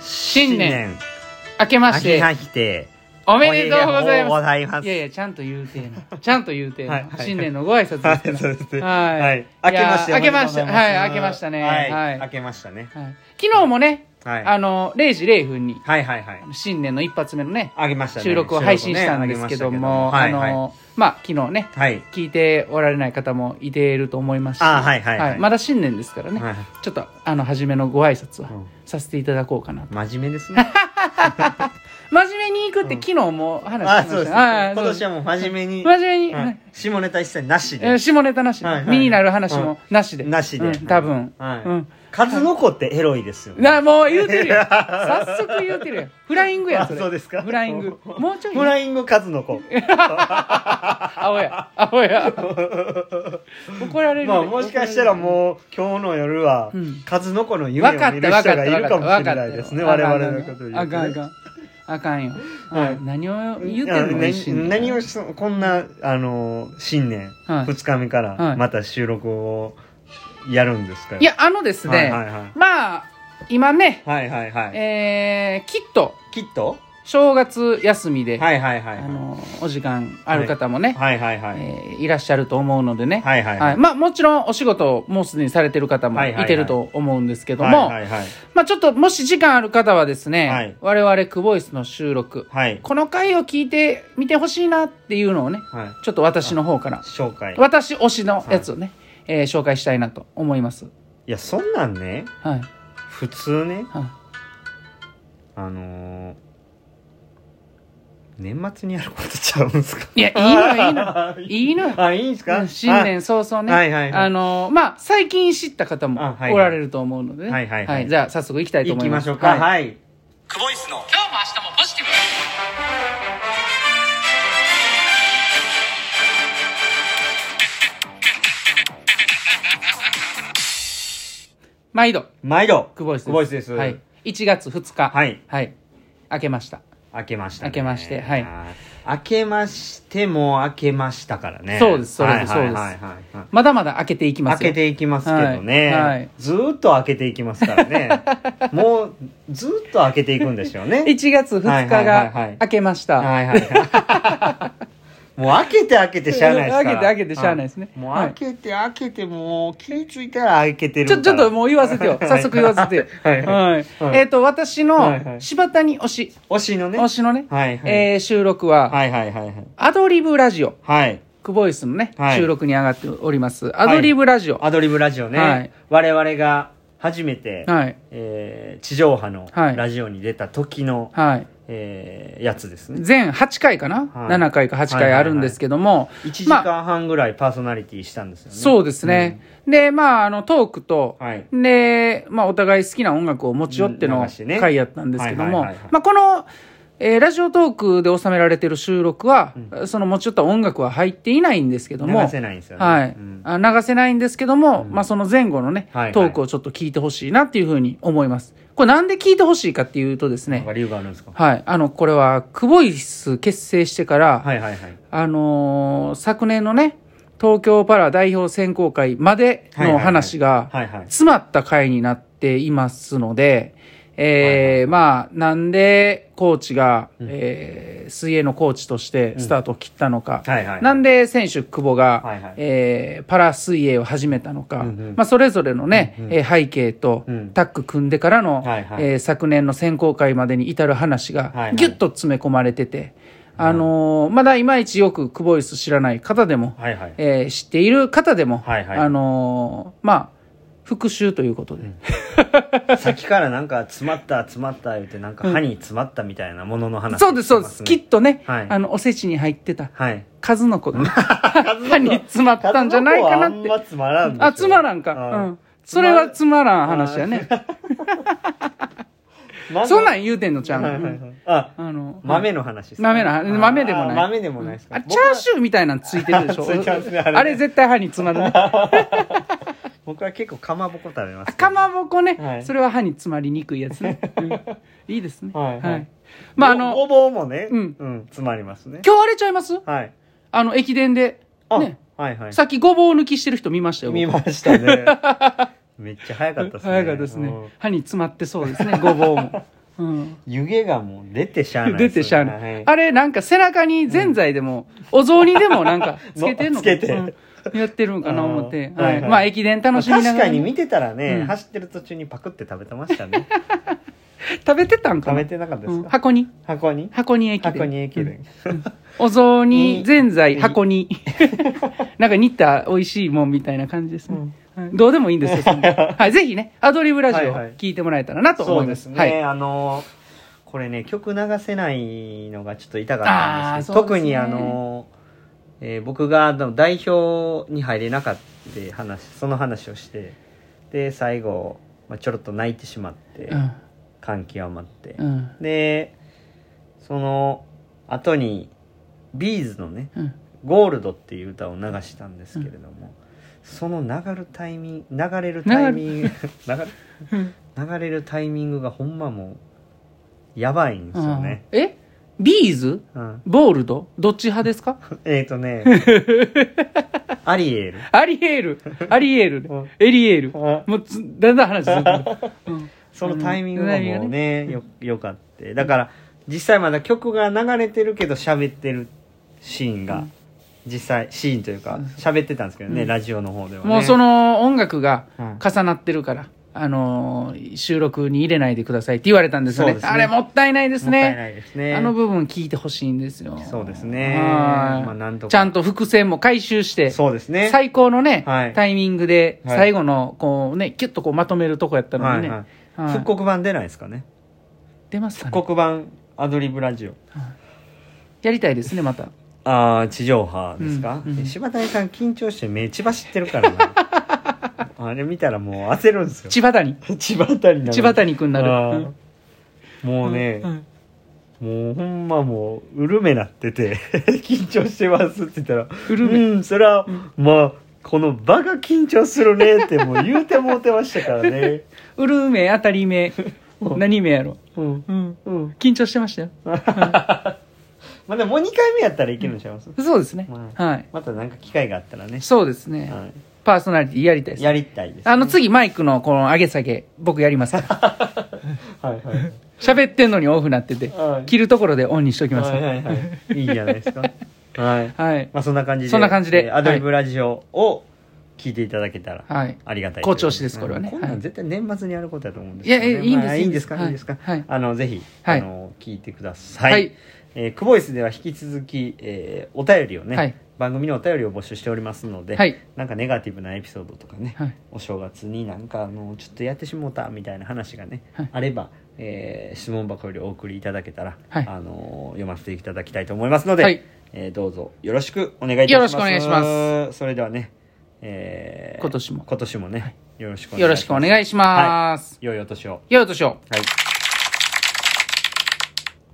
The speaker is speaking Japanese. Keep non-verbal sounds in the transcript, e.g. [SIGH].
新年明けま明してけましておめでとうございおめでとうごまざいますいやいやちゃんと言うてえなちゃんと言うてえはないはい新年のご挨拶はいですそかうですねらはいはい明けましていや明けましておめでとうございはますい明けましたねはいはい明けましたねらはい昨日もねはいあの0時0分にはいはいはい新年の一発目のねあげましたね収録を配信したんですけどもあ収録ねあげましたけどはいはいのまあ昨日ねはい聞いておられない方もいていると思いますしあはいはいはいまだ新年ですからねはいちょっとあの初めのご挨拶うはんさせていただこうかなと真面目で [LAUGHS] すね真面目に行くってうん昨日も話してまあしたそうですねああ今年はもう真面目に真面目に、ははいい下ネタ一切なしえでー下ネタなしで、はいはい身になる話もなしで、なしでうん多分、はいうん数の子ってエロいですよねなもう言うてる [LAUGHS] よ早速言うてるよフライングやそれあそうですかフライン [LAUGHS] グもうちょいフライング数 [LAUGHS] の子青や青や怒られるでまあもしかしたらもう今日の夜はうん数の子の夢を分か見っるた人分かったがいるかもしれないですね分我かった々のことで言あうとかんあねかんあかんよ、はいはい何を言うてあるのな一瞬何をそこんなあの新年はい2日目かはらいまた収録をやるんですかいやあのですね、はいはいはいまあ今ねはいはいはいえー、きっときっと正月休みで、はいはいはいあはのお時間ある方もね、いはいはいはいえーいらっしゃると思うのでね、はいはいはいまあ、もちろんお仕事をもうすでにされてる方もはいはいはいいてると思うんですけども、はいはいはいまあ、ちょっともし時間ある方はですね、はい我々クボイスの収録、はいこの回を聞いてみてほしいなっていうのをねはいちょっと私の方から紹介私推しのやつをね、えー紹介したいなと思います。いやそんなんねはい普通ねはいあのー年末にやることちゃうんすかいや、いい [LAUGHS] のよ、いいのよ。いいのよ。あいいんすか新年早々ね。はいはいはいあのーまあ、最近知った方もあはいはいおられると思うのでね。はいはいはいじゃあ、早速行きたいと行思きいまます。しょうかはい。はいクボイスの今日も明日もポジティブ毎度、毎度久保井です。久保井ですはい。1月2日。はいはい。明けました。明けましたね明けましてはい明けましても明けましたからねそうですそうですはいはいそうですはいはいはいまだまだ明けていきます開よ。けていきますけどね、はいはいずーっと開けていきますから [LAUGHS] ねもうずーっと開けていくんでしょうね1月2日はいはいはいはいが明けました。はいはい [LAUGHS] はいもう開けて開けてしゃあないですから開けて開けてしゃあないですねはもうはい開けて開けてもう気ぃついたら開けてるちょ、ちょっとうもう言わせてよ。早速言わせてよ。はいはいはいえっ、と、私はいはのい柴谷推し、推しのね推しのね、はいはいえー収録は、はいはいはいはいアドリブラジオ、はいクボイスのね、はい収録に上がっております。アドリブラジオ。はアドリブラジオね、はい我々が初めて、い。はい。えー地上波のはいラジオに出た時の、えーやつですね全8回かな、はい ?7 回か8回あるんですけども、 1時まあ、間半ぐらいパーソナリティしたんですよね、そうですね。で、まあ、あの、トークと、はいで、まあ、お互い好きな音楽を持ち寄ってうんの流してね回やったんですけども、はいはいはいはいまあ、この、えーラジオトークで収められてる収録は、その持ち寄った音楽は入っていないんですけども、流せないんですよね、はい、うんあ流せないんですけども、まあ、その前後のね、はいはいトークをちょっと聞いてほしいなっていうふうに思います。これなんで聞いてほしいかっていうとですなんねか、理由があるんですかはい、あの、これは、クボイス結成してから、はいはいはいあのー昨年のね、東京パラ代表選考会までの話がはいはいはいはいはい詰まった回になっていますので、えーまあ、なんでコーチが、えー水泳のコーチとしてスタートを切ったのか、うんはいはいなんで選手久保が、はいはいえーパラ水泳を始めたのか、うんうんまあ、それぞれのね、うんうんえー背景とうんタッグ組んでからの、はいはいえー昨年の選考会までに至る話が、はいはいぎゅっと詰め込まれてて、あのーまだいまいちよくクボイス知らない方でも、はいはいえー知っている方でも、はいはいあのーまあ、復習ということで。さっきからなんか詰まった詰まった言ってなんか歯に詰まったみたいなものの話、そうです、そうです。きっとね、はいあの、おせちに入ってた、はい数の子 [LAUGHS] が、歯に詰まったんじゃないかなって。あんまつまらんでしょあ、つまらんか。はいうん。それはつまらん話やね。そんなん言うてんのちゃうはいはいのうはいんああの、豆の話ですか豆の話豆でもないあ豆でもないですかあ、チャーシューみたいなのついてるでしょついてますねあれねあれ絶対歯に詰ま [LAUGHS] るね。僕は結構かまぼこ食べますけどかまぼこね、はいそれは歯に詰まりにくいやつ [LAUGHS] ね。うんいいですね。はいはいまあ、あごの、ごぼうもねううんん詰まりますね今日あれちゃいますはいあの、駅伝で。あね。はいはいさっきごぼう抜きしてる人見ましたよ。僕見まし [LAUGHS] たねめっちゃ早かったですね早かったですねうん。歯に詰まってそうですね、ごぼうも。 [LAUGHS] うん湯気がもう出てしゃあない出てしゃあなそれいは。あれ、なんか背中にぜんざいでも、お雑煮でもなんかつけてんののつけてうんやってるんかな思って。あーははいい。はいまあ、駅伝楽しみな確がからにね。見てたらね、うん走ってる途中にパクって食べてましたね食べてたんか食なべてなかったでうすんか、箱に箱に箱に駅伝。箱に駅うん伝、お雑煮、にぜんざい、箱に。 [LAUGHS] なんか煮た美味しいもんみたいな感じですね。はいどうでもいいんですよ。そんなはい。ぜひね、アドリブラジオはいはい聞いてもらえたらなとそ思ういでますす。ね、はい。あのこれね曲流せないのがちょっと痛かったんですけあーそどうで特すねにあの、えー僕があの代表に入れなかったって話その話をしてで最後、まあ、ちょろっと泣いてしまって、うん感極まって、うん。でその後にビーズのねうん。 「ゴールド」っていう歌を流したんですけれども、その流るタイミング流れるタイミン [LAUGHS] グ流れうん流れるタイミングがほんまもうやばいんですよね、えビーズうん、 [LAUGHS] ボールドどっち派ですかえっ、ー、とねアリエール [LAUGHS] アリエール、アリエールでうん、エリエール。うんもうつ、だんだん話ず [LAUGHS] れてくるうんそのタイミングがうもうんねよよかってだから実際まだ曲が流れてるけど喋ってるシーンうが、ん実際シーンというかそう喋ってたんですけどね、うんラジオの方ではねもうその音楽がうん重なってるから、あのー、収録に入れないでくださいって言われたんですよね。そうですねあれもったいないですもったいね。ないですねあの部分聞いてほしいんですよ。そうですはねいまあなんとかちゃんと伏線も回収して、そうですね最高のね、はいタイミングで、はい最後の、こうね、キュッとこうまとめるとこやったのはにいね。はいはい復刻版出ないですかね出ますかね復刻版アドリブラジオやりたいですね、また。ああ地上波ですか、うんうん柴谷さん緊張して目千葉知ってるからな [LAUGHS] あれ見たらもう焦るんですよ千葉谷。千葉谷なの千葉谷くんなるあーうんもうね、うんもうほんまもううるめなってて [LAUGHS] 緊張してますって言ったら「うるめんそれはまあこの場が緊張するね」ってもう言うてもうてましたからねうるめ、当たりめ、何めやろ。うん [LAUGHS] うん。うん緊張してましたよ。 [LAUGHS] まあでももう2回目やったらいけるんちゃいます、そうですね。はいはい。またなんか機会があったらね、そうですね。はパーソナリティやりたいでい、す。やりたいです、あの、次マイクのこの上げ下げ、僕やり [LAUGHS] ますから。はいはい喋ってんのにオフなってては、い切るところでオンにしときますはいね。はいはい。いいじゃない [LAUGHS] ですか。はい。はい。まあそんな感じで。そんな感じでえーアドリブラジオを聞いていただけたらはい。ありがたい。好調子ですこれはねこんなん絶対年末にやることだと思うんですいやいやいいんですまあいいいいんんでですすかいいんですかはいはいあの、ぜひ、はいあの、聞いてください。はいえークボイスでは引き続き、えーお便りをね、はい番組のお便りを募集しておりますので、はいなんかネガティブなエピソードとかね、はいお正月になんかあのちょっとやってしもうたみたいな話がね、はいあれば、えー質問箱よりお送りいただけたら、はいあの読ませていただきたいと思いますので、はいえーどうぞよろしくお願いいたしますよろしくお願いしますそれではね、えー今年も今年もね、よろしくお願いしますよろしくお願いします。良いお年をよいお年を。はい